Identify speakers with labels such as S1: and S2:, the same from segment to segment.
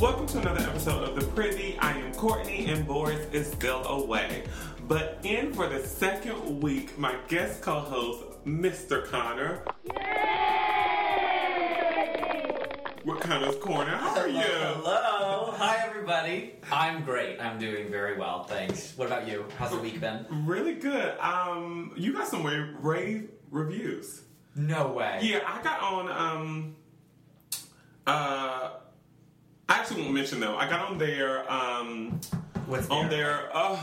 S1: Welcome to another episode of The Privy. I am Courtney and Boris is still away. But in for the second week, my guest co host, Mr. Connor. We're Connor's Corner. How are you?
S2: Hello. Hi, everybody. I'm great. I'm doing very well. Thanks. What about you? How's the week been?
S1: Really good. Um, you got some ra- rave reviews.
S2: No way.
S1: Yeah, I got on. Um, uh, I actually won't mention though. I got on their um,
S2: What's there?
S1: on their uh,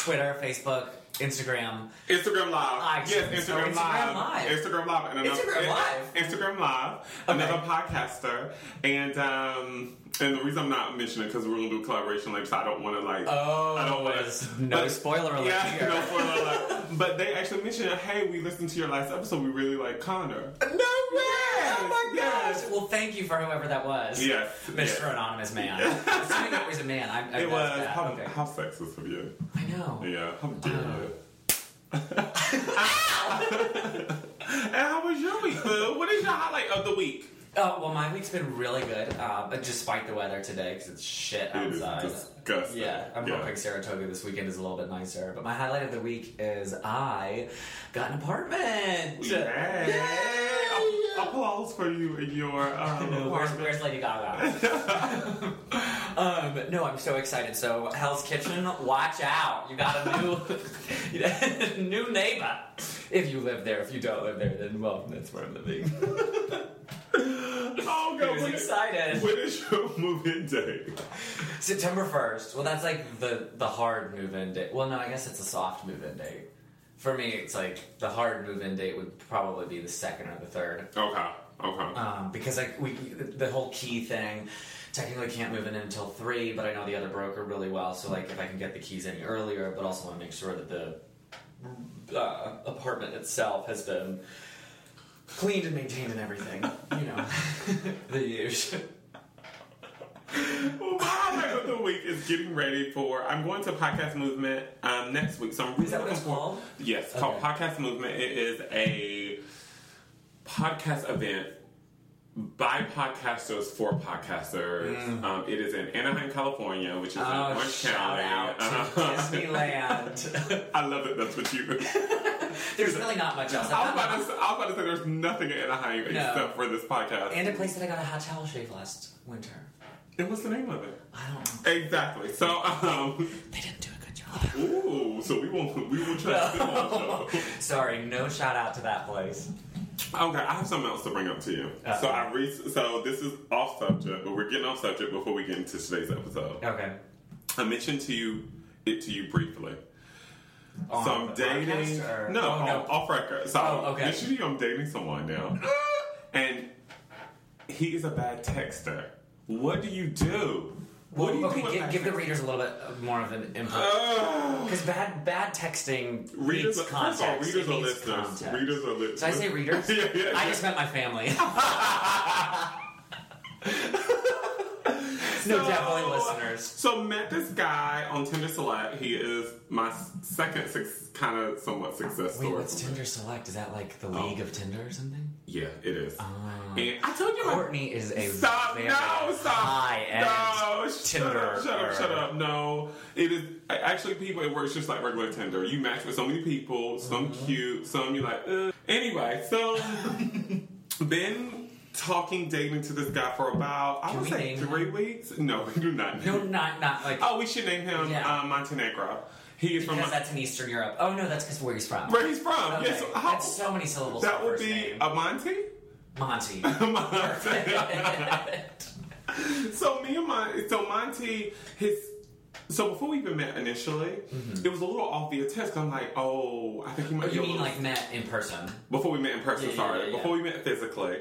S2: Twitter, Facebook, Instagram.
S1: Instagram Live.
S2: Live.
S1: Yes,
S2: So
S1: Instagram,
S2: Instagram
S1: Live.
S2: Live.
S1: Instagram Live. And another,
S2: Instagram
S1: and-
S2: Live.
S1: Instagram Live. Another podcaster. And um, and the reason I'm not mentioning it because we're gonna do a collaboration later, so I don't want to like.
S2: Oh,
S1: I don't want
S2: there's no spoiler alert
S1: Yeah,
S2: here.
S1: no spoiler alert. But they actually mentioned, hey, we listened to your last episode. We really like Connor.
S2: No way! oh my
S1: yes.
S2: gosh. Well, thank you for whoever that was.
S1: Yes,
S2: Mr.
S1: yes.
S2: Anonymous Man. Assuming it was a man. I, I
S1: It
S2: that's
S1: was
S2: bad.
S1: how,
S2: okay. Uh-huh.
S1: how sexist of you.
S2: I know.
S1: Yeah, how dare you? and how was your week, Boo? What is your highlight of the week?
S2: Oh, well, my week's been really good, uh, but despite the weather today, because it's shit
S1: It is
S2: outside.
S1: disgusting.
S2: Yeah, I'm
S1: Yeah.
S2: hoping Saratoga this weekend is a little bit nicer. But my highlight of the week is I got an apartment.
S1: Yay!
S2: Yay!
S1: Applause for you and your um,
S2: No, where's,
S1: apartment.
S2: where's Lady Gaga? um, no, I'm so excited. So, Hell's Kitchen, watch out! You got a new, new neighbor. If you live there, if you don't live there, then well, that's where I'm living.
S1: Oh, God.
S2: I was
S1: when-
S2: excited.
S1: When is your move-in day?
S2: September first. Well, that's like the the hard move-in date. Well, no, I guess it's a soft move-in date. For me, it's like the hard move-in date would probably be the second or the third.
S1: Okay, okay.
S2: um, because like we the whole key thing technically can't move in until three but i know the other broker really well so like if i can get the keys any earlier but also want to make sure that the uh, apartment itself has been cleaned and maintained and everything you know the use
S1: Well, my highlight of the week is getting ready for. I'm going to Podcast Movement um, next week, so I'm really
S2: Is that what
S1: looking
S2: it's
S1: for-
S2: called?
S1: Yes, it's called
S2: Okay.
S1: Podcast Movement. It is a podcast event by podcasters for podcasters. Um, it is in Anaheim, California, which is in
S2: Mm. oh
S1: Orange
S2: shout
S1: County.
S2: out to
S1: Uh-huh.
S2: disneyland
S1: I love it. That's what you.
S2: there's really not much else
S1: I was, about to say, I was about to say there's nothing in Anaheim except for this podcast.
S2: and a place that i got a hot towel shave last winter
S1: and what's the name of it?
S2: i don't know
S1: Exactly. So, um,
S2: they didn't do a good job
S1: ooh, so we won't we will try to on the show.
S2: sorry no shout out to that place
S1: Okay, I have something else to bring up to you.
S2: Uh-oh.
S1: So I re- so this is off subject, but we're getting off subject before we get into today's episode.
S2: okay
S1: I mentioned to you it to you briefly.
S2: On
S1: so
S2: the
S1: I'm dating
S2: podcast, or-
S1: no,
S2: Oh, no.
S1: off- off record. So
S2: Oh, okay.
S1: mentioned to you I'm dating someone now, and he is a bad texter. What do you do? What do you
S2: okay,
S1: do? with
S2: give,
S1: bad
S2: give the
S1: text-
S2: readers a little bit more of an input.
S1: Ugh.
S2: Because bad bad texting
S1: Readers,
S2: reads
S1: are- first of all,
S2: context.
S1: readers are
S2: It needs
S1: listeners.
S2: context.
S1: Readers are listeners.
S2: Did I say readers?
S1: yeah, yeah,
S2: I
S1: yeah.
S2: just meant my family. no, definitely listeners.
S1: So uh, met this guy on Tinder Select. He is my s- second six, kind of somewhat success
S2: Wait,
S1: story.
S2: what's Tinder Select? Is that
S1: Oh.
S2: like the League of Tinder or something?
S1: Yeah, it is.
S2: Ah.
S1: and I told you, I,
S2: Courtney is a
S1: stop!
S2: very
S1: No, stop!
S2: high
S1: no,
S2: end
S1: shut
S2: Tinder.
S1: up! Shut up! Shut up! No, it is I- actually people. It works just like regular Tinder. You match with so many people. Some
S2: Mm-hmm.
S1: cute, some you like. Ugh. Anyway, so been talking, dating to this guy for about I
S2: Can
S1: would
S2: we
S1: say
S2: name
S1: three weeks. No, we do not.
S2: No, not not like
S1: Oh, we should name him
S2: Yeah.
S1: uh, Montenegro. He is
S2: because
S1: from
S2: that's in Eastern Europe. Oh no, that's because where he's from.
S1: where he's from.
S2: Okay,
S1: Yes, how-
S2: that's so many syllables. in
S1: that
S2: the
S1: would
S2: first
S1: be
S2: name.
S1: a Monte.
S2: Monty.
S1: so me and Monte. So Monte, his. So before we even met initially, it was a little off via text. I'm like, oh, I think he might. be
S2: Mm-hmm.
S1: a
S2: you mean
S1: little-
S2: like met in person?
S1: before we met in person?
S2: Yeah, yeah,
S1: sorry,
S2: yeah, Mm-hmm. yeah.
S1: before we met physically,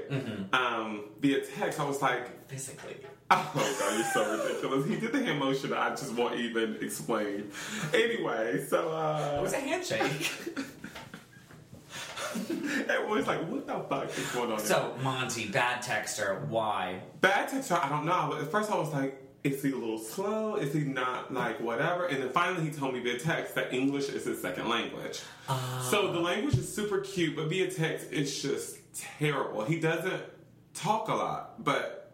S1: um, via text, I was like,
S2: Physically.
S1: Oh god, you're so ridiculous. He did the hand motion. I just won't even explain. Anyway, so
S2: It
S1: uh,
S2: was a handshake.
S1: everyone's like, "What the fuck is going on?" here?
S2: so, Monty, bad texter, why?
S1: Bad texture, I don't know. But at first I was like, is he a little slow? Is he not like whatever? And then finally he told me via text that English is his second language.
S2: Ah.
S1: So the language is super cute, but via text it's just terrible. He doesn't talk a lot, but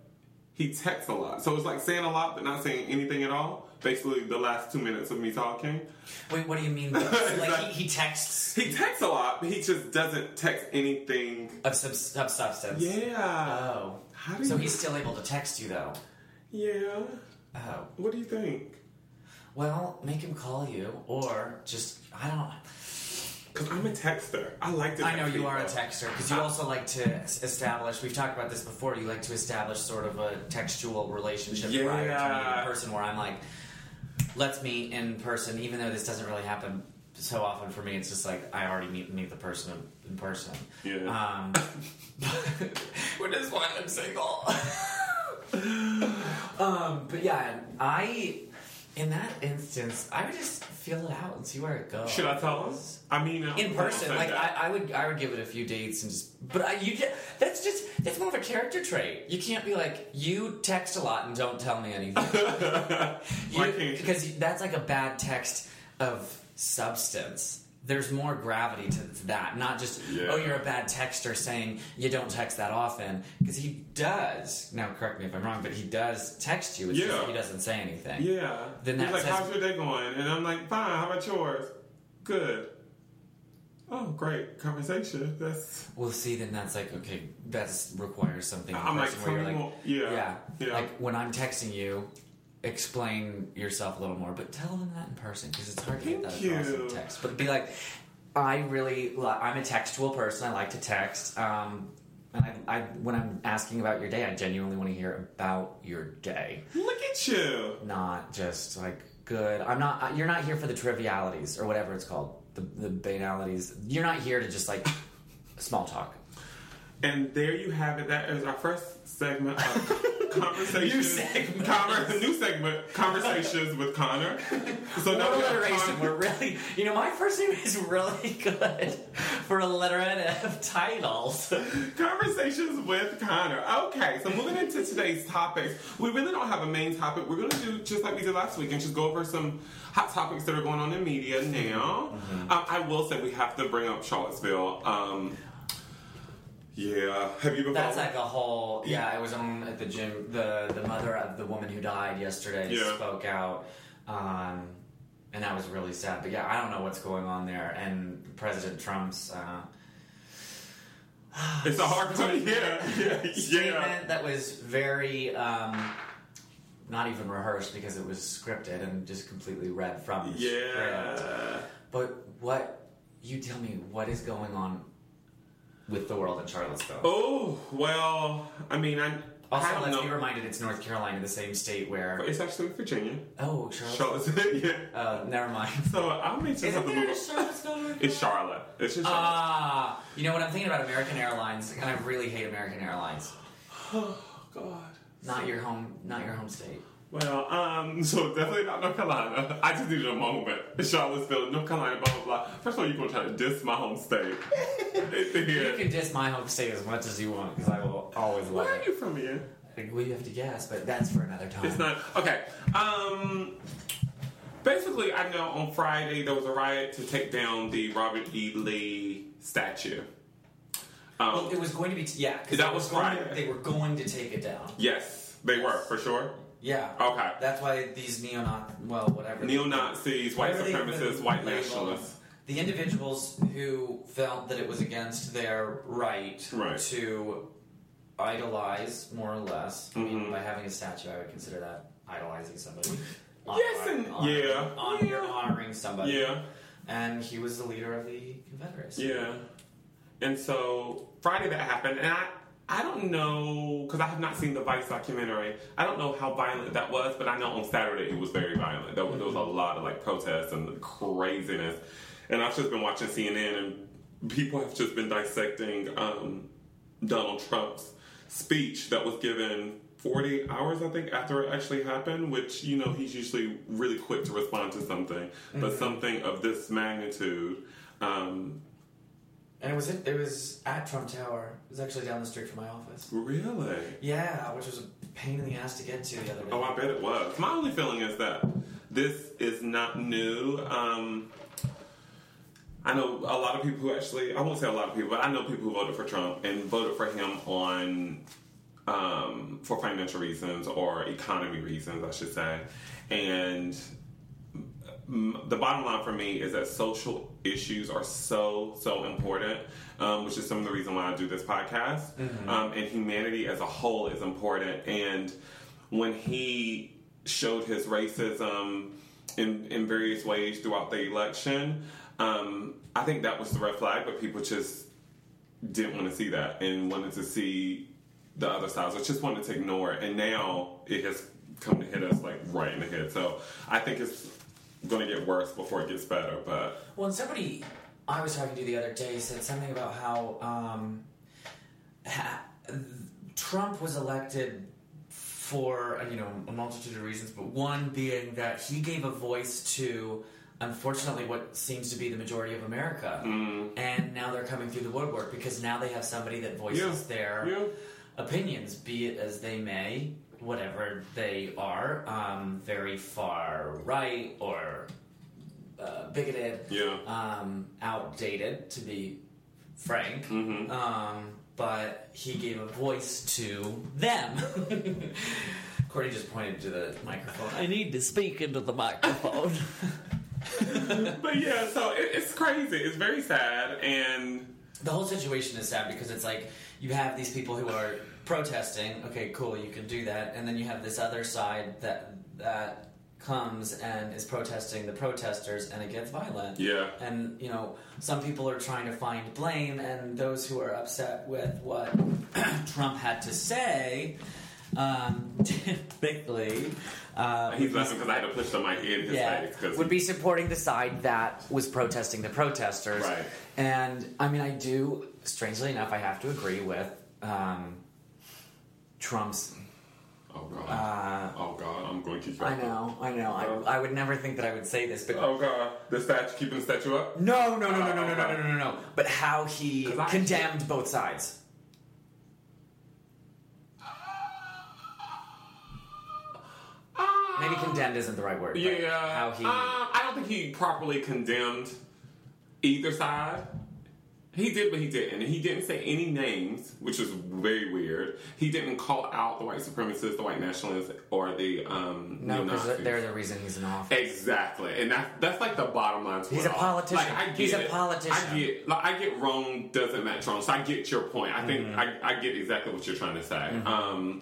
S1: he texts a lot. So it's like saying a lot but not saying anything at all. Basically, the last two minutes of me talking.
S2: Wait, what do you mean? by- like he, he texts
S1: He texts a lot, but he just doesn't text anything.
S2: of, sub, of substance.
S1: Yeah.
S2: Oh.
S1: How do
S2: So
S1: you-
S2: he's still able to text you though.
S1: Yeah.
S2: Oh.
S1: What do you think?
S2: Well, make him call you, or just I don't.
S1: Because I'm a texter. I like to.
S2: I know
S1: text
S2: you are a
S1: people.
S2: texter because you also like to s- establish. We've talked about this before. You like to establish sort of a textual relationship prior to meeting
S1: Yeah.
S2: in person, where I'm like, let's meet in person, even though this doesn't really happen so often for me. It's just like I already meet meet the person in person.
S1: Yeah.
S2: Um, which is why I'm single. um, but yeah, I in that instance, I would just feel it out and see where it goes
S1: Should I tell him? I mean, I
S2: in
S1: don't
S2: person.
S1: say
S2: Like
S1: that.
S2: I, I would, I would give it a few dates and just. But I, you get that's just that's more of a character trait. You can't be like you text a lot and don't tell me anything. You-
S1: Why can't you?
S2: because you- that's like a bad text of substance. There's more gravity to that, not just
S1: Yeah.
S2: oh you're a bad texter saying you don't text that often because he does. Now correct me if I'm wrong, but he does text you. It's just
S1: Yeah.
S2: that he doesn't say anything.
S1: Yeah.
S2: Then
S1: He's
S2: that
S1: like,
S2: says-
S1: how's your day going? And I'm like, fine, how about yours? Good. Oh, great conversation. That's
S2: Well, see, then that's like okay, that's requires something. in
S1: I'm like,
S2: person
S1: tell
S2: where
S1: me
S2: you're like,
S1: more. Yeah.
S2: yeah,
S1: Yeah.
S2: Like when I'm texting you, explain yourself a little more, but tell them that in person because it's hard to get that
S1: Thank
S2: across
S1: you.
S2: in text. But be like, I really, li- I'm a textual person. I like to text. Um, and I, I, when I'm asking about your day, I genuinely want to hear about your day,
S1: look at you.
S2: not just like good. I'm not. I- You're not here for the trivialities or whatever it's called, the the banalities. You're not here to just like small talk.
S1: And there you have it. That is our first segment of conversations.
S2: New segment.
S1: Conver- new segment. Conversations with Connor. So now we have
S2: alliteration.
S1: Con-
S2: We're really, you know, my first name is really good for alliterative titles.
S1: Conversations with Connor. Okay, so moving into today's topics, we really don't have a main topic. We're going to do just like we did last week and just go over some hot topics that are going on in media now. Um, I will say we have to bring up Charlottesville. Um, yeah, have you been?
S2: That's
S1: following-
S2: like a whole. Yeah, I was on at the gym. The the mother of the woman who died yesterday
S1: Yeah.
S2: spoke out, um, and that was really sad. But yeah, I don't know what's going on there, and President Trump's. Uh,
S1: it's a hard one. Yeah, yeah, yeah.
S2: statement that was very um, not even rehearsed because it was scripted and just completely read from the script.
S1: Yeah.
S2: But what you tell me what is going on with the world in Charlottesville?
S1: Oh well, I mean, I, I
S2: also,
S1: don't
S2: let's
S1: know.
S2: be reminded it's North Carolina, the same state where
S1: It's actually Virginia,
S2: oh Charlottesville.
S1: Charlottesville. yeah.
S2: Uh, never mind.
S1: So I may just have to move. up- It's Charlotte. It's just Charlotte.
S2: Ah, you know what I'm thinking about American Airlines, and I really hate American Airlines.
S1: Oh God.
S2: Not your home, not your home state.
S1: Well, um, so definitely not North Carolina. I just needed a moment. Charlottesville, North Carolina, blah blah blah. First of all, you're gonna try to diss my home state. It's
S2: You
S1: here.
S2: can diss my home state as much as you want, because I will always love
S1: Where are
S2: it.
S1: you from again?
S2: Like, Well, you have to guess, but that's for another time.
S1: It's not okay. Um, basically, I know on Friday there was a riot to take down the Robert E. Lee statue. Um,
S2: Well, it was going to be t- yeah. 'cause
S1: That
S2: they
S1: was
S2: were going to-
S1: Friday.
S2: They were going to take it down.
S1: yes, they were for sure.
S2: Yeah.
S1: Okay.
S2: That's why these neo well, whatever.
S1: Neo Nazis, white
S2: Whatever they
S1: supremacists,
S2: put
S1: white
S2: label-
S1: nationalists.
S2: The individuals who felt that it was against their right,
S1: Right.
S2: to idolize, more or less. I
S1: Mm-hmm.
S2: mean, by having a statue, I would consider that idolizing somebody.
S1: Yes and- yeah.
S2: honor-
S1: Yeah.
S2: honoring somebody.
S1: Yeah.
S2: And he was the leader of the Confederacy.
S1: Yeah. And so Friday that happened, and I I don't know because I have not seen the Vice documentary. I don't know how violent that was, but I know on Saturday it was very violent. There was, there was a lot of like protests and craziness, and I've just been watching CNN and people have just been dissecting um, Donald Trump's speech that was given. 40 hours, I think, after it actually happened, which, you know, he's usually really quick to respond to something. But something of this magnitude, um,
S2: And it was it, it was at Trump Tower. It was actually down the street from my office.
S1: Really?
S2: Yeah, which was a pain in the ass to get to the other day.
S1: Oh, I bet it was. My only feeling is that this is not new. Um, I know a lot of people who actually, I won't say a lot of people, but I know people who voted for Trump and voted for him on um, for financial reasons or economy reasons, I should say. And m- the bottom line for me is that social issues are so so important, um, which is some of the reason why I do this podcast. Um, and humanity as a whole is important. And when he showed his racism in in various ways throughout the election, um, I think that was the red flag. But people just didn't want to see that and wanted to see the other sides, or just wanted to ignore it. And now it has come to hit us like right in the head. So I think it's going to get worse before it gets better. But
S2: Well, and somebody I was talking to the other day said something about how um, ha- Trump was elected for uh, you know a multitude of reasons, but one being that he gave a voice to unfortunately what seems to be the majority of America,
S1: Mm-hmm.
S2: and now they're coming through the woodwork because now they have somebody that voices
S1: Yeah.
S2: their
S1: yeah,
S2: opinions, be it as they may, whatever they are, um, very far right or uh, bigoted
S1: yeah,
S2: um, outdated, to be frank. Um, but he gave a voice to them. Courtney just pointed to the microphone.
S3: I need to speak into the microphone.
S1: but yeah. So it, it's crazy. It's very sad, and
S2: The whole situation is sad because it's like you have these people who are protesting. Okay, cool, you can do that, and then you have this other side that that comes and is protesting the protesters, and it gets violent.
S1: yeah,
S2: And you know, some people are trying to find blame, and those who are upset with what Trump had to say, um, typically, uh,
S1: he's laughing because I had to push the mic in his
S2: yeah,
S1: face because
S2: would be supporting the side that was protesting the protesters.
S1: Right.
S2: And I mean, I do. Strangely enough, I have to agree with um, Trump's.
S1: oh god,
S2: Uh,
S1: oh god, I'm going to keep.
S2: I know, I know. I, I would never think that I would say this, but
S1: Oh god, the statue, keeping the statue up.
S2: no, no, no, no, no, no, no, no, no, no. But how he
S1: 'Cause I-
S2: condemned both sides. Maybe condemned isn't the right word.
S1: Ah.
S2: but
S1: Yeah,
S2: How he.
S1: Uh, I don't think he properly condemned either side. He did, but he didn't. He didn't say any names, which is very weird. He didn't call out the white supremacists, the white nationalists, or the um,
S2: no, because
S1: neo-Nazis.
S2: they're the reason he's in office.
S1: Eh. Exactly, and that's that's like the bottom line. To
S2: He's
S1: it
S2: a
S1: all.
S2: politician.
S1: Like, I get
S2: He's a
S1: it.
S2: politician.
S1: I get like I get wrong doesn't match wrong. So I get your point. I think
S2: Mm-hmm.
S1: I, I get exactly what you're trying to say. Um,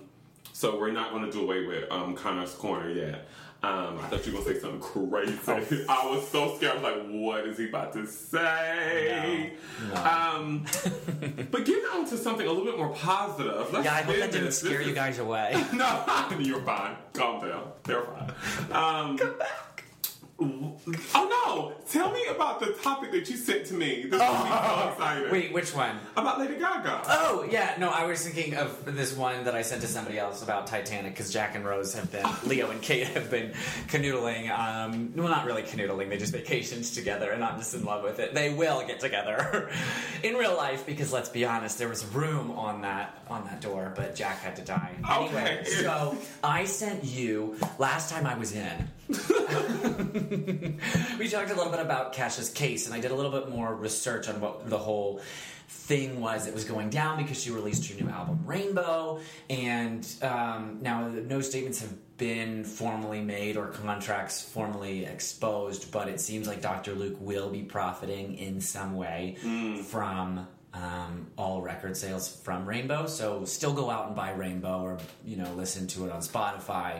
S1: so we're not going to do away with um, Connor's corner yet. Um, I thought you were going to say something
S2: Oh.
S1: crazy. I was so scared. I was like, what is he about to say?
S2: No.
S1: Um, but getting on to something a little bit more positive. Let's
S2: Yeah, I hope
S1: spin
S2: that didn't
S1: this.
S2: scare
S1: This
S2: you
S1: is-
S2: guys away.
S1: no, you're fine. Calm down. They're fine. Um, Come back. Oh no! Tell me about the topic that you sent to me. This oh, so exciting.
S2: Wait, which one?
S1: About Lady Gaga.
S2: Oh, yeah, no, I was thinking of this one that I sent to somebody else about Titanic because Jack and Rose have been, Leo and Kate have been canoodling. Um, well, not really canoodling, they just vacationed together and I'm just in love with it. They will get together in real life because let's be honest, there was room on that on that door, but Jack had to die. Anyway,
S1: Okay.
S2: so I sent you last time I was in. we talked a little bit about Cash's case, and I did a little bit more research on what the whole thing was that was going down because she released her new album Rainbow, and um, now no statements have been formally made or contracts formally exposed, but it seems like Dr. Luke will be profiting in some way from. Um, all record sales from Rainbow, so still go out and buy Rainbow, or you know, listen to it on Spotify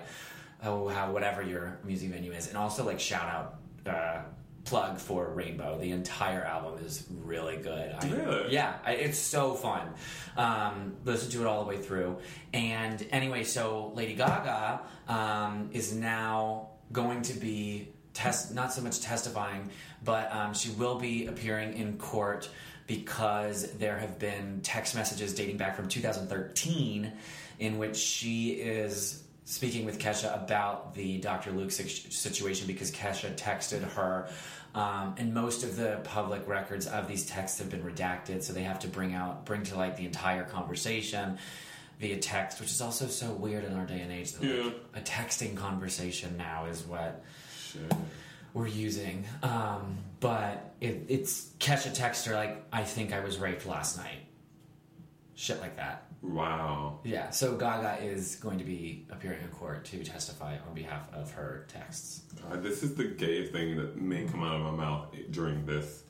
S2: oh how whatever your music venue is and also like shout out uh, plug for rainbow the entire album is really good I,
S1: Really?
S2: yeah I, it's so fun um, listen to it all the way through and anyway so lady gaga um, is now going to be test not so much testifying but um, she will be appearing in court because there have been text messages dating back from 2013 in which she is speaking with Kesha about the Dr. Luke si- situation because Kesha texted her, um, and most of the public records of these texts have been redacted, so they have to bring out bring to light the entire conversation via text, which is also so weird in our day and age that like, a texting conversation now is what
S1: Shit.
S2: we're using. Um, but it, it's Kesha texted her like, "I think I was raped last night."
S4: shit like that.
S1: Wow.
S4: Yeah, so Gaga is going to be appearing in court to testify on behalf of her texts.
S1: God, Uh, this is the gayest thing that may come out of my mouth during this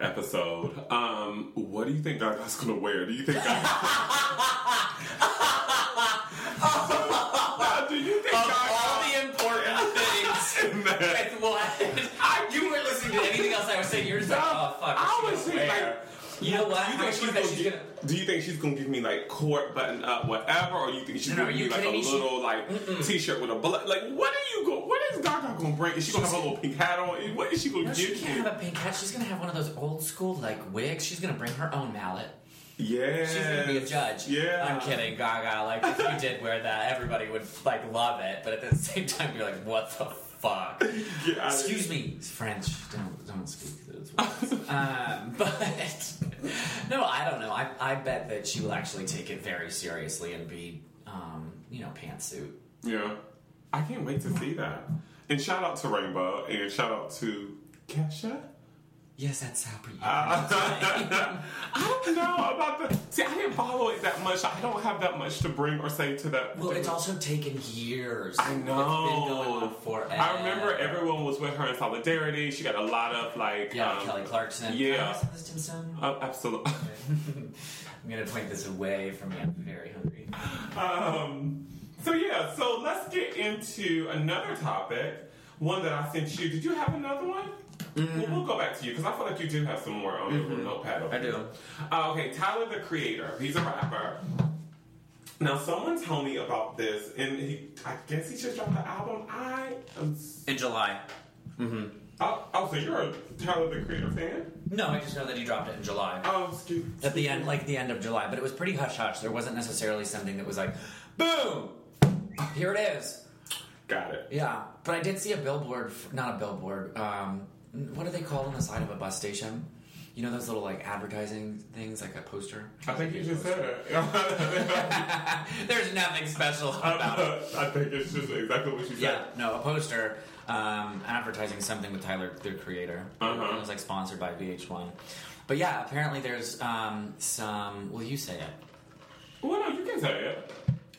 S1: episode. Um, what do you think Gaga's gonna wear? Do you think Gaga? Now, do you think
S2: all
S1: Gaga?
S2: the important things.
S1: in that?
S2: That's what you weren't listening to anything else I was saying. You're just like, oh fuck.
S1: I
S2: what's
S1: was
S2: she
S1: just
S2: gonna
S1: like,
S2: wear? you know what?
S1: Do you,
S2: I
S1: think
S2: actually
S1: she's
S2: think
S1: gonna
S2: she's
S1: gi-
S2: gonna.
S1: do you think she's gonna give me like court button up whatever, or you think she's
S2: No,
S1: gonna
S2: are
S1: give
S2: you
S1: me like a
S2: kidding me? She-
S1: little like t-shirt with a bullet? Like what are you going? What is Gaga gonna bring? Is she gonna have a little pink hat on? What is she gonna
S2: No, she
S1: give
S2: can't
S1: me?
S2: have a pink hat. She's gonna have one of those old school like wigs. She's gonna bring her own mallet.
S1: yeah,
S2: She's gonna be a judge.
S1: Yeah,
S2: I'm kidding, Gaga. Like if you did wear that, everybody would like love it. But at the same time, you're like, what the fuck?
S1: Yeah, I-
S2: Excuse me, French. Don't don't speak those words. um, but no, I don't know. I I bet that she will actually take it very seriously and be, um, you know, pantsuit.
S1: Yeah. I can't wait to see that. And shout out to Rainbow and shout out to Kesha.
S2: Yes, that's how pretty.
S1: Ah. I don't know about the. See, I didn't follow it that much. I don't have that much to bring or say to that.
S2: well, it's also taken years.
S1: I
S2: It's been going on
S1: know.
S2: forever.
S1: I remember everyone was with her in solidarity. She got a lot of like.
S2: Yeah,
S1: um,
S2: Kelly Clarkson.
S1: yeah.
S2: Can I have some Stimson?
S1: Oh, absolutely.
S2: I'm gonna point this away from me. I'm very hungry.
S1: Um, so yeah, so let's get into another topic. One that I sent you. Did you have another one? Well, we'll go back to you because I feel like you do have some more on your notepad. Over
S2: Mm. Mm-hmm. I do.
S1: here. Uh, okay, Tyler the Creator. He's a rapper. Now, someone told me about this, and he, I guess he just dropped the album. I am. s-
S2: In July.
S1: Oh, oh, so you're a Tyler the Creator fan?
S2: No, I just know that he dropped it in July.
S1: Oh, excuse.
S2: At the end, like the end of July, but it was pretty hush hush. There wasn't necessarily something that was like, boom, here it is.
S1: Got it.
S2: Yeah, but I did see a billboard, f- not a billboard. Um, what are they called on the side of a bus station? You know those little like advertising things, like a poster.
S1: I think you just said it.
S2: There's nothing special about it.
S1: I think it's just exactly what you said.
S2: Yeah, no, a poster um, advertising something with Tyler, the creator.
S1: Uh-huh.
S2: It was like sponsored by VH1. But yeah, apparently there's um, some. Will you say it?
S1: Well, no, you can say it.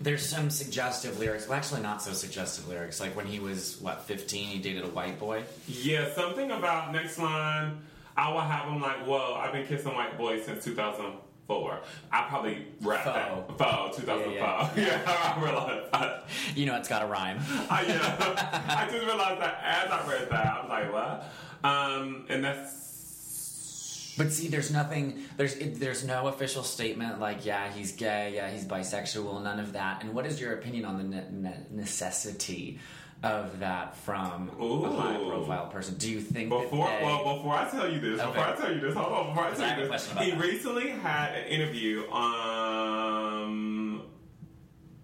S2: There's some suggestive lyrics. Well, actually, not so suggestive lyrics. Like when he was what 15, he dated a white boy.
S1: Yeah, something about next line. I will have him like, whoa, I've been kissing white boys since 2004. I probably rap that. Faux, 2005. Yeah,
S2: Yeah,
S1: I realized that.
S2: You know, it's got a rhyme.
S1: I, yeah, I just realized that as I read that, I was like, what? Um, and that's.
S2: But see, there's nothing. There's it, there's no official statement like, yeah, he's gay, yeah, he's bisexual, none of that. And what is your opinion on the ne- ne- necessity of that from a
S1: Ooh.
S2: high profile person? Do you think
S1: Before,
S2: that they,
S1: well, before I tell you this,
S2: Okay.
S1: before I tell you this, hold on, before I
S2: Because
S1: tell
S2: I have a
S1: you this,
S2: question about
S1: he
S2: that.
S1: recently had an interview um,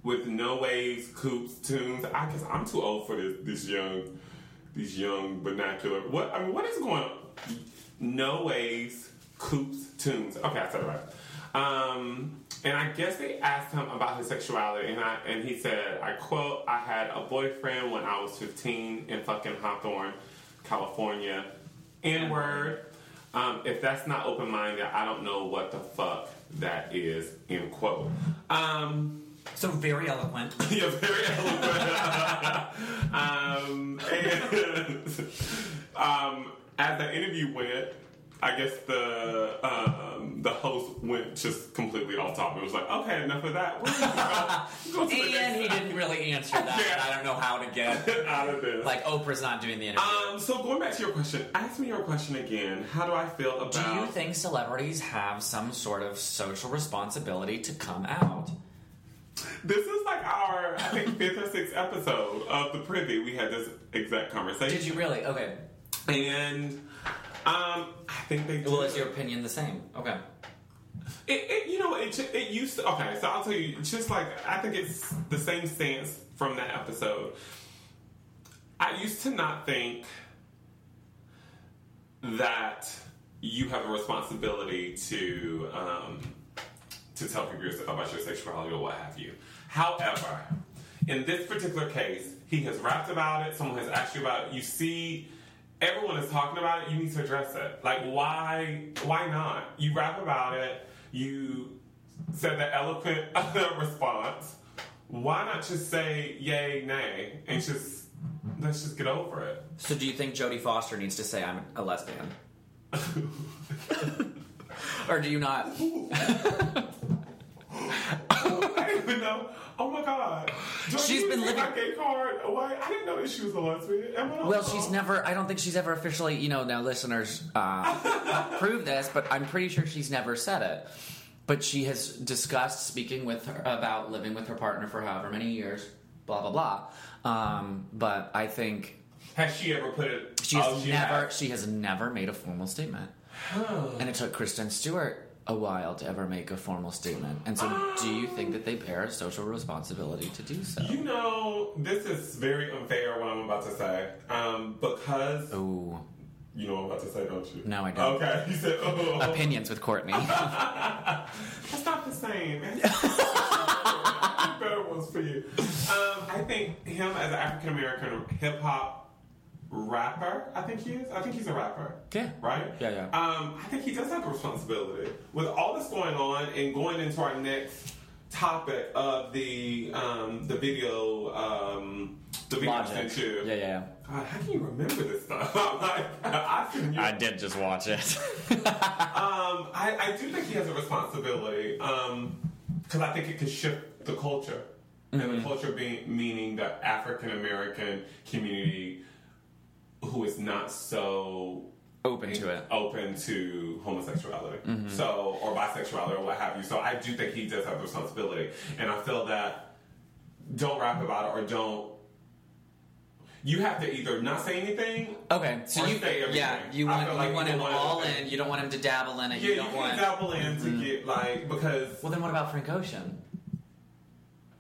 S1: with No Waves, Coops, Tunes. I guess I'm too old for this. This young, these young vernacular. What I mean, what is going on? No Waves, Coops, Tunes. Okay, I said it right. Um, and I guess they asked him about his sexuality, and I and he said, I quote, "I had a boyfriend when I was 15 in fucking Hawthorne, California. N word. Um, if that's not open minded, I don't know what the fuck that is." End quote. Um,
S2: so very eloquent.
S1: yeah, very eloquent. um, and um, as the interview went, I guess the um, the host went just completely off topic. It was like, okay, enough of that. We're gonna go, go to the
S2: and
S1: next
S2: he didn't really answer that.
S1: Yeah.
S2: I don't know how to get.
S1: out of this.
S2: Like Oprah's not doing the interview.
S1: um, so going back to your question, ask me your question again. How do I feel about?
S2: Do you think celebrities have some sort of social responsibility to come out?
S1: this is like our I think fifth or sixth episode of the privy. We had this exact conversation,
S2: Did you really? Okay.
S1: and um, I think they.
S2: Well,
S1: do.
S2: is your opinion the same? Okay.
S1: It, it, you know, it, ju- it used to. Okay, so I'll tell you, it's just like, I think it's the same stance from that episode. I used to not think that you have a responsibility to um, to tell people your- about your sexuality or what have you. However, in this particular case, he has rapped about it. Someone has asked you about it. You see, everyone is talking about it. You need to address it. Like, why? Why not? You rap about it. You said the eloquent response, why not just say yay, nay, and just let's just get over it?
S2: So do you think Jodie Foster needs to say I'm a lesbian? or do you not?
S1: I didn't even know. Oh my god. Joy,
S2: She's
S1: you
S2: been
S1: take
S2: living-
S1: my gay card away. I didn't know that she was a lesbian. Am I not
S2: Well,
S1: wrong?
S2: she's never. I don't think she's ever officially. You know, now listeners uh, prove this, but I'm pretty sure she's never said it. But she has discussed speaking with her about living with her partner for however many years, blah blah blah. Um, but I think
S1: Has she ever put it?
S2: She's
S1: Oh, she
S2: never
S1: has.
S2: she has never made a formal statement. and it took Kristen Stewart a while to ever make a formal statement. And so do you think that they bear a social responsibility to do so?
S1: You know, this is very unfair. What I'm about to say, um, because
S2: Ooh.
S1: you know what I'm about to say, don't you?
S2: Oh. No, I don't.
S1: Okay, you said. Oh,
S2: Opinions with Courtney.
S1: That's not the same. Better ones for you. Um, I think him as an African American hip hop rapper. I think he is. I think he's a rapper.
S2: Yeah.
S1: Right.
S2: Yeah, yeah.
S1: Um, I think he does have a responsibility with all that's going on and going into our next topic of the um, the video um, the video I
S2: Logic.
S1: sent you.
S2: Yeah, yeah, yeah.
S1: God, how can you remember this stuff? I'm like, I can. you.
S2: did just watch it.
S1: Um, I, I do think he has a responsibility because I think it could shift the culture. And
S2: Mm-hmm.
S1: the culture being, meaning the African American community who is not so
S2: Open to it.
S1: open to homosexuality,
S2: Mm-hmm.
S1: so or bisexuality or what have you. So I do think he does have the responsibility, and I feel that don't rap about it or don't. You have to either not say anything.
S2: Okay. So
S1: Or
S2: you
S1: say everything.
S2: yeah, you
S1: I
S2: want
S1: feel like
S2: you want him
S1: people want
S2: all
S1: everything.
S2: in. You don't want him to dabble in it. Mm-hmm.
S1: Yeah,
S2: you
S1: you,
S2: don't
S1: can
S2: want
S1: dabble in to get like because
S2: Well then what about Frank Ocean?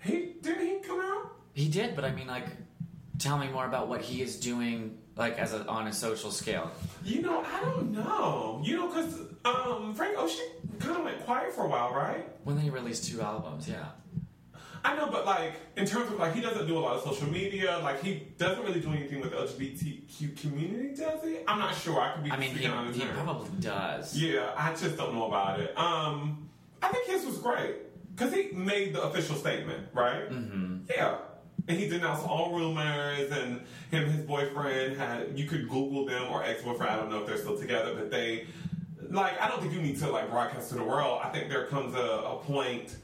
S1: he didn't he come out.
S2: He did, but I mean like tell me more about what he is doing like as a, on a social scale.
S1: You know, I don't know. You know, because um, Frank Ocean kind of went quiet for a while, right?
S2: When they released two albums, yeah.
S1: I know, but like in terms of like he doesn't do a lot of social media. Like he doesn't really do anything with the LGBTQ community, does he? I'm not sure. I could be
S2: I mean, he,
S1: speaking out of
S2: he
S1: turn.
S2: probably does.
S1: Yeah, I just don't know about it. Um, I think his was great because he made the official statement, right? Mm-hmm. Yeah, and he denounced all rumors. And him, his boyfriend had you could Google them or ex-boyfriend. I don't know if they're still together, but they like I don't think you need to like broadcast to the world. I think there comes a, a point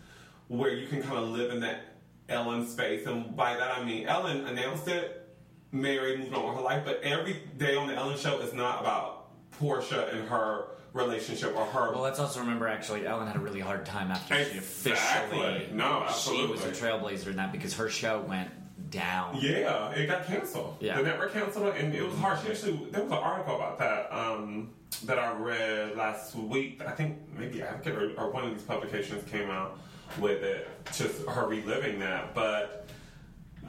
S1: where you can kind of live in that Ellen space, and by that I mean Ellen announced it Mary moved on with her life, but every day on the Ellen Show is not about Portia and her relationship or her.
S2: Well, let's also remember actually, Ellen had a really hard time after she
S1: Exactly.
S2: officially.
S1: No,
S2: She was a
S1: absolutely.
S2: trailblazer in that because her show went down.
S1: yeah, it got canceled.
S2: Yeah.
S1: The network canceled it, and it was harsh. Actually, there was an article about that um, that I read last week. I think maybe Advocate or, or one of these publications came out with it, just her reliving that. But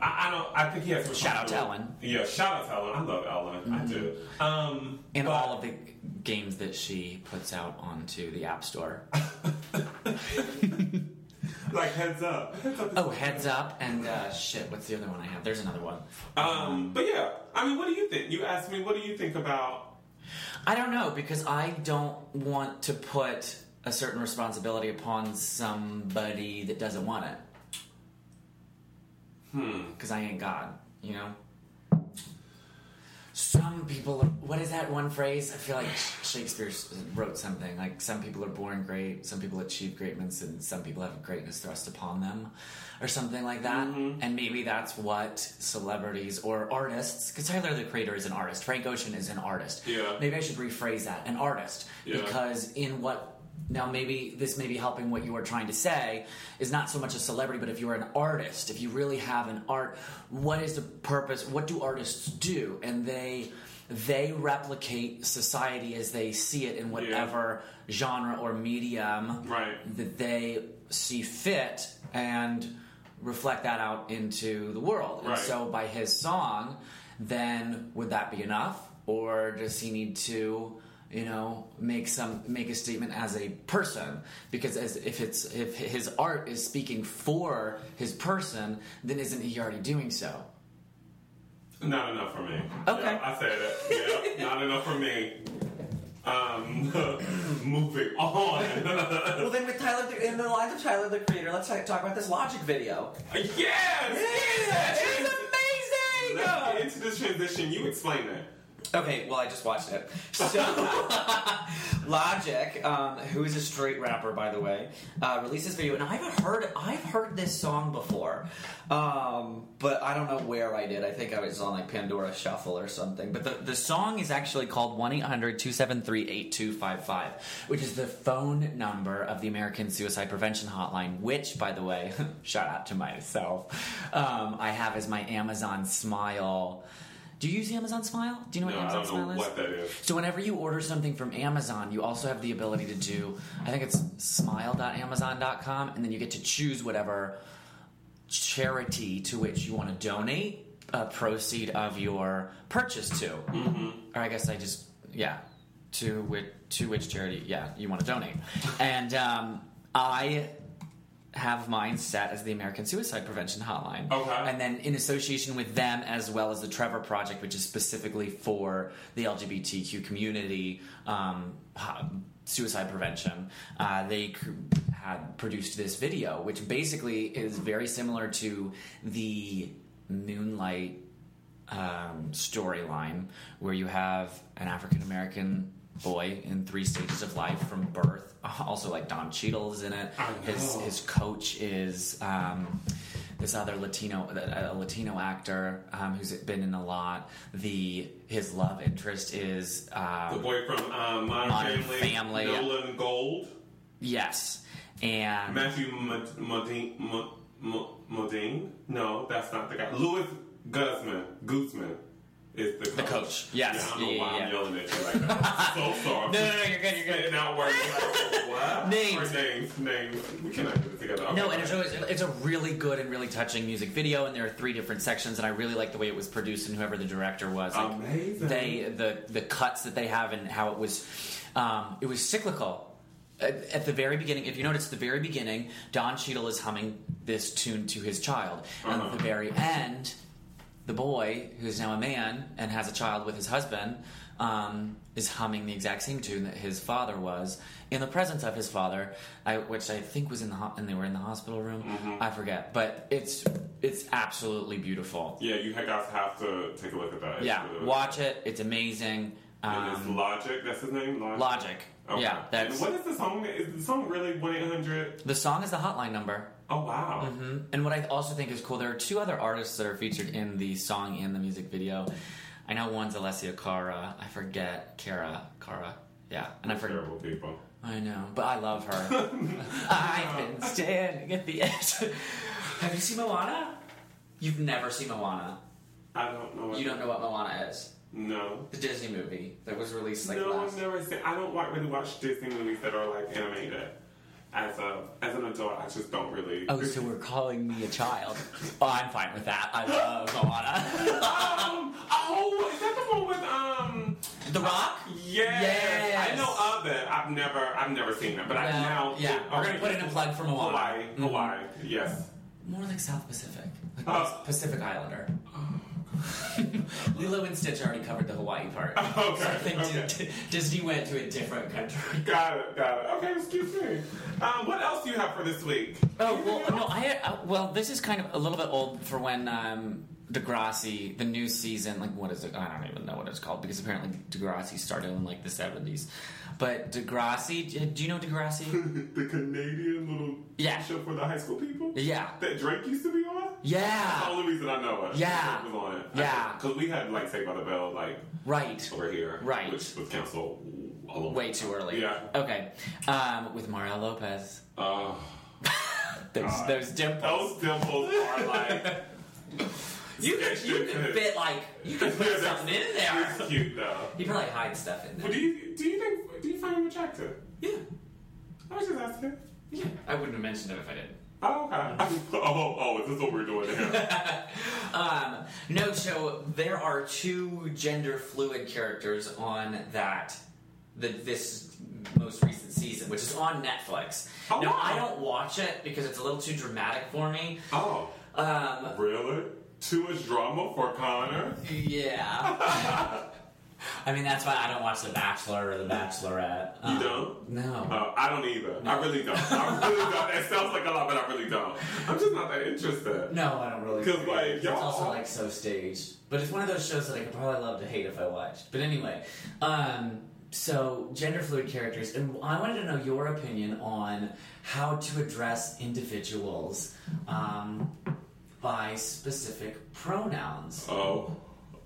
S1: I, I don't. I think he has.
S2: Shout out to
S1: responsibility.
S2: Ellen.
S1: Yeah, shout out to Ellen. I love Ellen. I do. Um,
S2: In
S1: but-
S2: all of the games that she puts out onto the App Store.
S1: like heads up. Heads up is
S2: Oh, Heads Up and uh, shit, what's the other one I have? There's another one.
S1: Um, but yeah, I mean, what do you think? You asked me, what do you think about?
S2: I don't know because I don't want to put a certain responsibility upon somebody that doesn't want it. Hmm. Because I ain't God, you know. Some people. Are, what is that one phrase? I feel like Shakespeare s- wrote something like some people are born great, some people achieve greatness, and some people have greatness thrust upon them, or something like that. And maybe that's what celebrities or artists, because Tyler the Creator is an artist, Frank Ocean is an artist.
S1: Yeah.
S2: Maybe I should rephrase that. An artist.
S1: Yeah.
S2: Because in what now maybe this may be helping what you were trying to say is not so much a celebrity, but if you're an artist, if you really have an art, what is the purpose? What do artists do? And they they replicate society as they see it in whatever genre or medium
S1: Right.
S2: that they see fit and reflect that out into the world. And
S1: Right.
S2: so by his song, then would that be enough? Or does he need to, you know, make some make a statement as a person? Because as if it's if his art is speaking for his person, then isn't he already doing so?
S1: Not enough for me.
S2: Okay.
S1: Yeah, I said it. Yeah, not enough for me. Um, moving on.
S5: Well, then with Tyler, the- in the lines of Tyler the Creator, let's talk talk about this Logic video.
S1: yes!
S5: It
S1: Yes!
S5: is amazing!
S1: Let's get into this transition. You explain that.
S5: Okay, well, I just watched it. So, Logic, um, who is a straight rapper, by the way, uh, released this video, and I've heard I've heard this song before, um, but I don't know where I did. I think I was on like Pandora Shuffle or something. But the, the song is actually called One
S2: 8255, which is the phone number of the American Suicide Prevention Hotline, which, by the way, shout out to myself, um, I have as my Amazon Smile. Do you use Amazon Smile? Do you know what
S1: No, I
S2: Amazon
S1: don't
S2: Smile
S1: know
S2: is?
S1: what that is.
S2: So whenever you order something from Amazon, you also have the ability to do I think it's smile.amazon.com and then you get to choose whatever charity to which you want to donate a proceed of your purchase to.
S1: Mm-hmm.
S2: Or I guess I just yeah, to which to which charity yeah, you want to donate. and um, I have mine set as the American Suicide Prevention Hotline.
S1: Okay.
S2: And then in association with them, as well as the Trevor Project, which is specifically for the LGBTQ community, um, ho- suicide prevention, uh, they cr- had produced this video, which basically is very similar to the Moonlight um, storyline where you have an African American boy in three stages of life from birth. Also, like Don Cheadle is in it. His his coach is um, this other Latino a Latino actor um, who's been in a lot. The his love interest is
S1: The
S2: um,
S1: boy from um, Modern,
S2: Modern
S1: Family,
S2: Family.
S1: Nolan Gold,
S2: yes, and
S1: Matthew Mod- Modine, Mod- Mod- Modine. No, that's not the guy. Louis Guzman. Guzman is the coach. The
S2: coach, yes.
S1: Yeah, I don't know
S2: Yeah,
S1: why
S2: yeah,
S1: I'm
S2: yeah.
S1: yelling at you like that. I'm so sorry.
S2: no, no, you're good, you're good.
S1: Spitting out words. Like, what?
S2: Names.
S1: Or names. Names. We cannot do it together. Okay,
S2: No, and
S1: fine.
S2: it's, always, it's a really good and really touching music video, and there are three different sections, and I really like the way it was produced and whoever the director was. Like,
S1: Um, Amazing.
S2: They the the cuts that they have and how it was, um, it was cyclical. At, at the very beginning, if you notice, at the very beginning, Don Cheadle is humming this tune to his child, and at the very end, the boy who's now a man and has a child with his husband um, is humming the exact same tune that his father was in the presence of his father, I, which I think was in the ho- and they were in the hospital room. I forget, but it's it's absolutely beautiful.
S1: Yeah, you guys have to take a look at that. It's
S2: Yeah,
S1: really-
S2: watch it. It's amazing.
S1: And it's
S2: Um,
S1: Logic. That's his name. Logic.
S2: Logic.
S1: Okay.
S2: Yeah,
S1: And
S2: that's
S1: what is the song? Is the song really one eight hundred?
S2: the song is the hotline number. Mm-hmm.
S1: Oh wow.
S2: And what I also think is cool, there are two other artists that are featured in the song and the music video. I know one's Alessia Cara. I forget Cara. Cara. Yeah, and I forget.
S1: Terrible people.
S2: I know, but I love her. I've been standing at the edge. Have you seen Moana? You've never seen Moana.
S1: I don't know. what-
S5: You don't know what Moana is.
S1: No.
S5: The Disney movie that was released like
S1: No,
S5: last.
S1: I've never seen. I don't like really watch Disney movies that are like animated. As a as an adult, I just don't really.
S2: Oh, so we're calling me a child. Oh, I'm fine with that. I love Moana.
S1: Um, oh, is that the one with um?
S2: the Rock?
S1: Yes,
S2: Yes.
S1: I know of it. I've never I've never seen that, but I
S2: Well,
S1: now
S2: yeah, we're
S1: okay.
S2: gonna put in a plug for Moana. Mm-hmm.
S1: Hawaii, Hawaii. Yes.
S2: More like South Pacific. Like
S1: Oh.
S2: Pacific Islander. Lilo and Stitch already covered the Hawaii part.
S1: Okay,
S2: So I think Di-
S1: okay.
S2: Di- Disney went to a different country.
S1: Got it, got it. Okay, excuse me. Um, what else do you have for this week?
S2: Oh well, no, I uh, well, this is kind of a little bit old for when um, Degrassi, the new season, like what is it? I don't even know what it's called because apparently Degrassi started in like the seventies. But Degrassi, d- do you know Degrassi?
S1: the Canadian little
S2: Yeah.
S1: show for the high school people?
S2: yeah,
S1: That Drake used to be on? That's the
S2: yeah,
S1: only reason I know it.
S2: Yeah.
S1: Drake was on it.
S2: Yeah.
S1: Because we had, like, Saved by the Bell, like,
S2: right.
S1: over here.
S2: Right.
S1: Which was canceled a long
S2: Way too early.
S1: Yeah.
S2: Okay, um, with Mario Lopez,
S1: Uh,
S2: those
S1: God.
S2: those dimples.
S1: those dimples are, like...
S5: You could, you could fit like you could put something in there.
S1: It's cute, though.
S5: He probably hides stuff in
S1: But
S5: there.
S1: do you, do you think... Do you find him attractive?
S5: Yeah,
S1: I was just asking.
S5: yeah. I wouldn't have mentioned it if I did.
S1: Oh, okay. oh, oh, oh, is this what we're doing here?
S5: Um, no, so there are two gender fluid characters on that the, this most recent season, which is on Netflix.
S1: Oh,
S5: now
S1: wow.
S5: I don't watch it because it's a little too dramatic for me.
S1: oh.
S5: Um,
S1: Really? Too much drama for Connor?
S5: yeah.
S2: I mean, that's why I don't watch The Bachelor or The Bachelorette. Um,
S1: don't?
S2: No.
S1: Uh, I don't either. I really don't. I really don't. It sounds like a lot, but I really don't. I'm just not that interested.
S2: No, I don't really.
S1: 'Cause,
S2: care.
S1: like,
S2: it's
S1: y'all-
S2: also like so staged, but it's one of those shows that I could probably love to hate if I watched. But anyway, um, so gender fluid characters, and I wanted to know your opinion on how to address individuals um, by specific pronouns.
S1: Oh.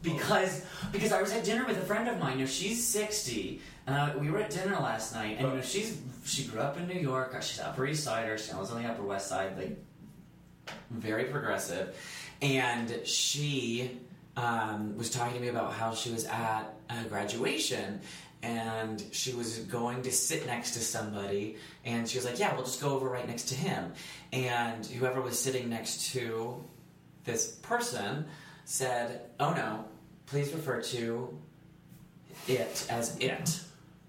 S2: Because because I was at dinner with a friend of mine. You know, she's sixty, and I, we were at dinner last night. And you know, she's she grew up in New York. She's Upper East Sider. She was on the Upper West Side, like very progressive. And she um, was talking to me about how she was at a graduation. And she was going to sit next to somebody, and she was like, "Yeah, we'll just go over right next to him." And whoever was sitting next to this person said, "Oh no, please refer to it as it.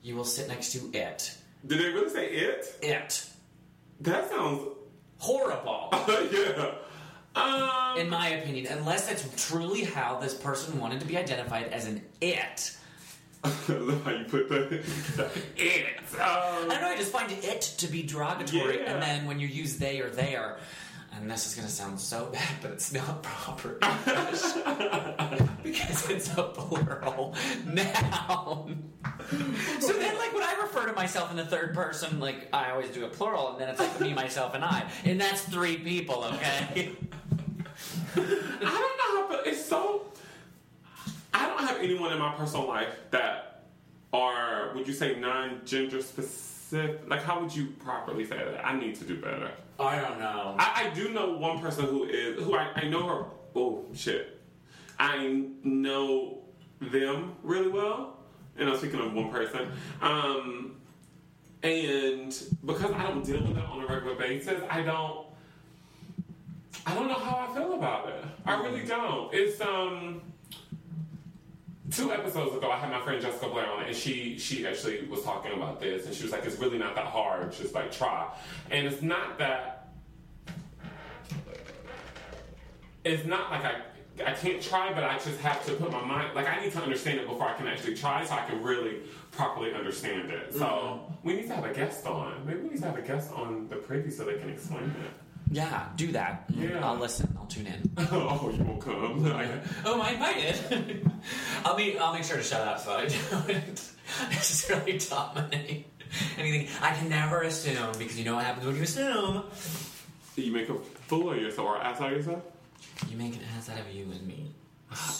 S2: You will sit next to it.
S1: Did they really say it?
S2: It.
S1: That sounds.
S2: Horrible,
S1: yeah. Um.
S2: in my opinion. Unless that's truly how this person wanted to be identified as an it.
S1: I love how you put that. it. Um,
S2: I don't know. I just find it to be derogatory,
S1: Yeah.
S2: and then when you use they or there, and this is going to sound so bad, but it's not proper English. because it's a plural noun. so then, like when I refer to myself in the third person, like I always do a plural, and then it's like me, myself, and I, and that's three people. Okay.
S1: I don't know how, but it's so. I don't have anyone in my personal life that are, would you say, non gender specific? Like, how would you properly say that? I need to do better.
S2: I don't know.
S1: I, I do know one person who is who I, I know her. Oh shit, I know them really well, and I'm speaking of one person. Um, and because I don't deal with it on a regular basis, I don't. I don't know how I feel about it. I really don't. It's um. Two episodes ago, I had my friend Jessica Blair on, and she she actually was talking about this, and she was like, "It's really not that hard. Just like try." And it's not that it's not like I I can't try, but I just have to put my mind like I need to understand it before I can actually try, so I can really properly understand it. So we need to have a guest on. Maybe we need to have a guest on the preview so they can explain it.
S6: Yeah, do that.
S1: Yeah.
S6: I'll listen. I'll tune in.
S1: oh, you won't come.
S2: Oh, I invited. I'll be. I'll make sure to shout out so I don't just really dominate anything. I can never assume because you know what happens when you assume.
S1: you make a fool of yourself or ass out of yourself.
S2: You make an ass out of you and me.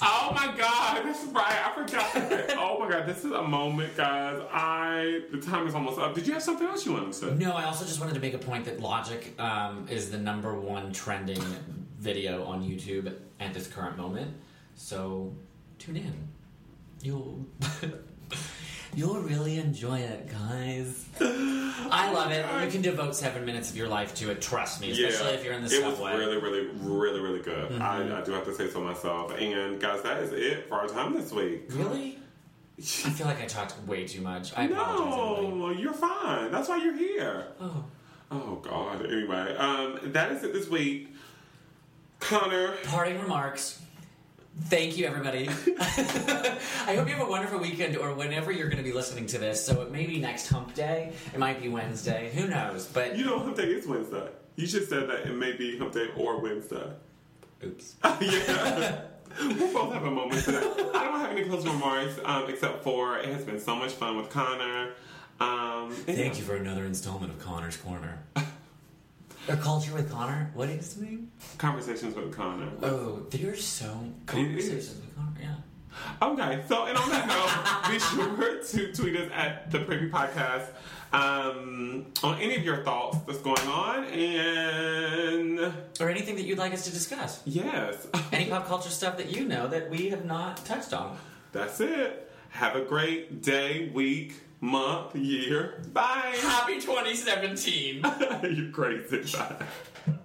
S1: Oh my god, this is right. I forgot. oh my god, this is a moment, guys. I the time is almost up. Did you have something else you wanted to say?
S2: No, I also just wanted to make a point that Logic um, is the number one trending video on YouTube at this current moment. So tune in. You'll you'll really enjoy it, guys. I love it. You can devote seven minutes of your life to it. Trust me, especially if you're in the
S1: it
S2: subway. Mm-hmm.
S1: was really, really, really, really good. I, I do have to say so myself. And guys, that is it for our time this week.
S2: Really? I feel like I talked way too much. I apologize. everybody.
S1: No, you're fine. That's why you're here.
S2: Oh.
S1: Oh God. Anyway, um, that is it this week. Connor,
S2: Parting remarks. Thank you, everybody. I hope you have a wonderful weekend or whenever you're going to be listening to this. So it may be next hump day. It might be Wednesday. Who knows? But
S1: you know hump day is Wednesday. You should said that it may be hump day or Wednesday.
S2: oops.
S1: yeah. We both have a moment today. I don't have any closing remarks um, except for it has been so much fun with Connor. Um,
S2: Thank you for another installment of Connor's Corner. or Culture with Connor? What is the name?
S1: Conversations with Connor.
S2: Oh, there's so conversations with Connor. Yeah.
S1: Okay, so and on that note, be sure to tweet us at the Privy Podcast um, on any of your thoughts that's going on, and
S2: Or anything that you'd like us to discuss.
S1: yes,
S2: Any pop culture stuff that you know that we have not touched on.
S1: that's it. Have a great day, week, month, year. Bye.
S2: Happy 2017.
S1: You're crazy. Bye.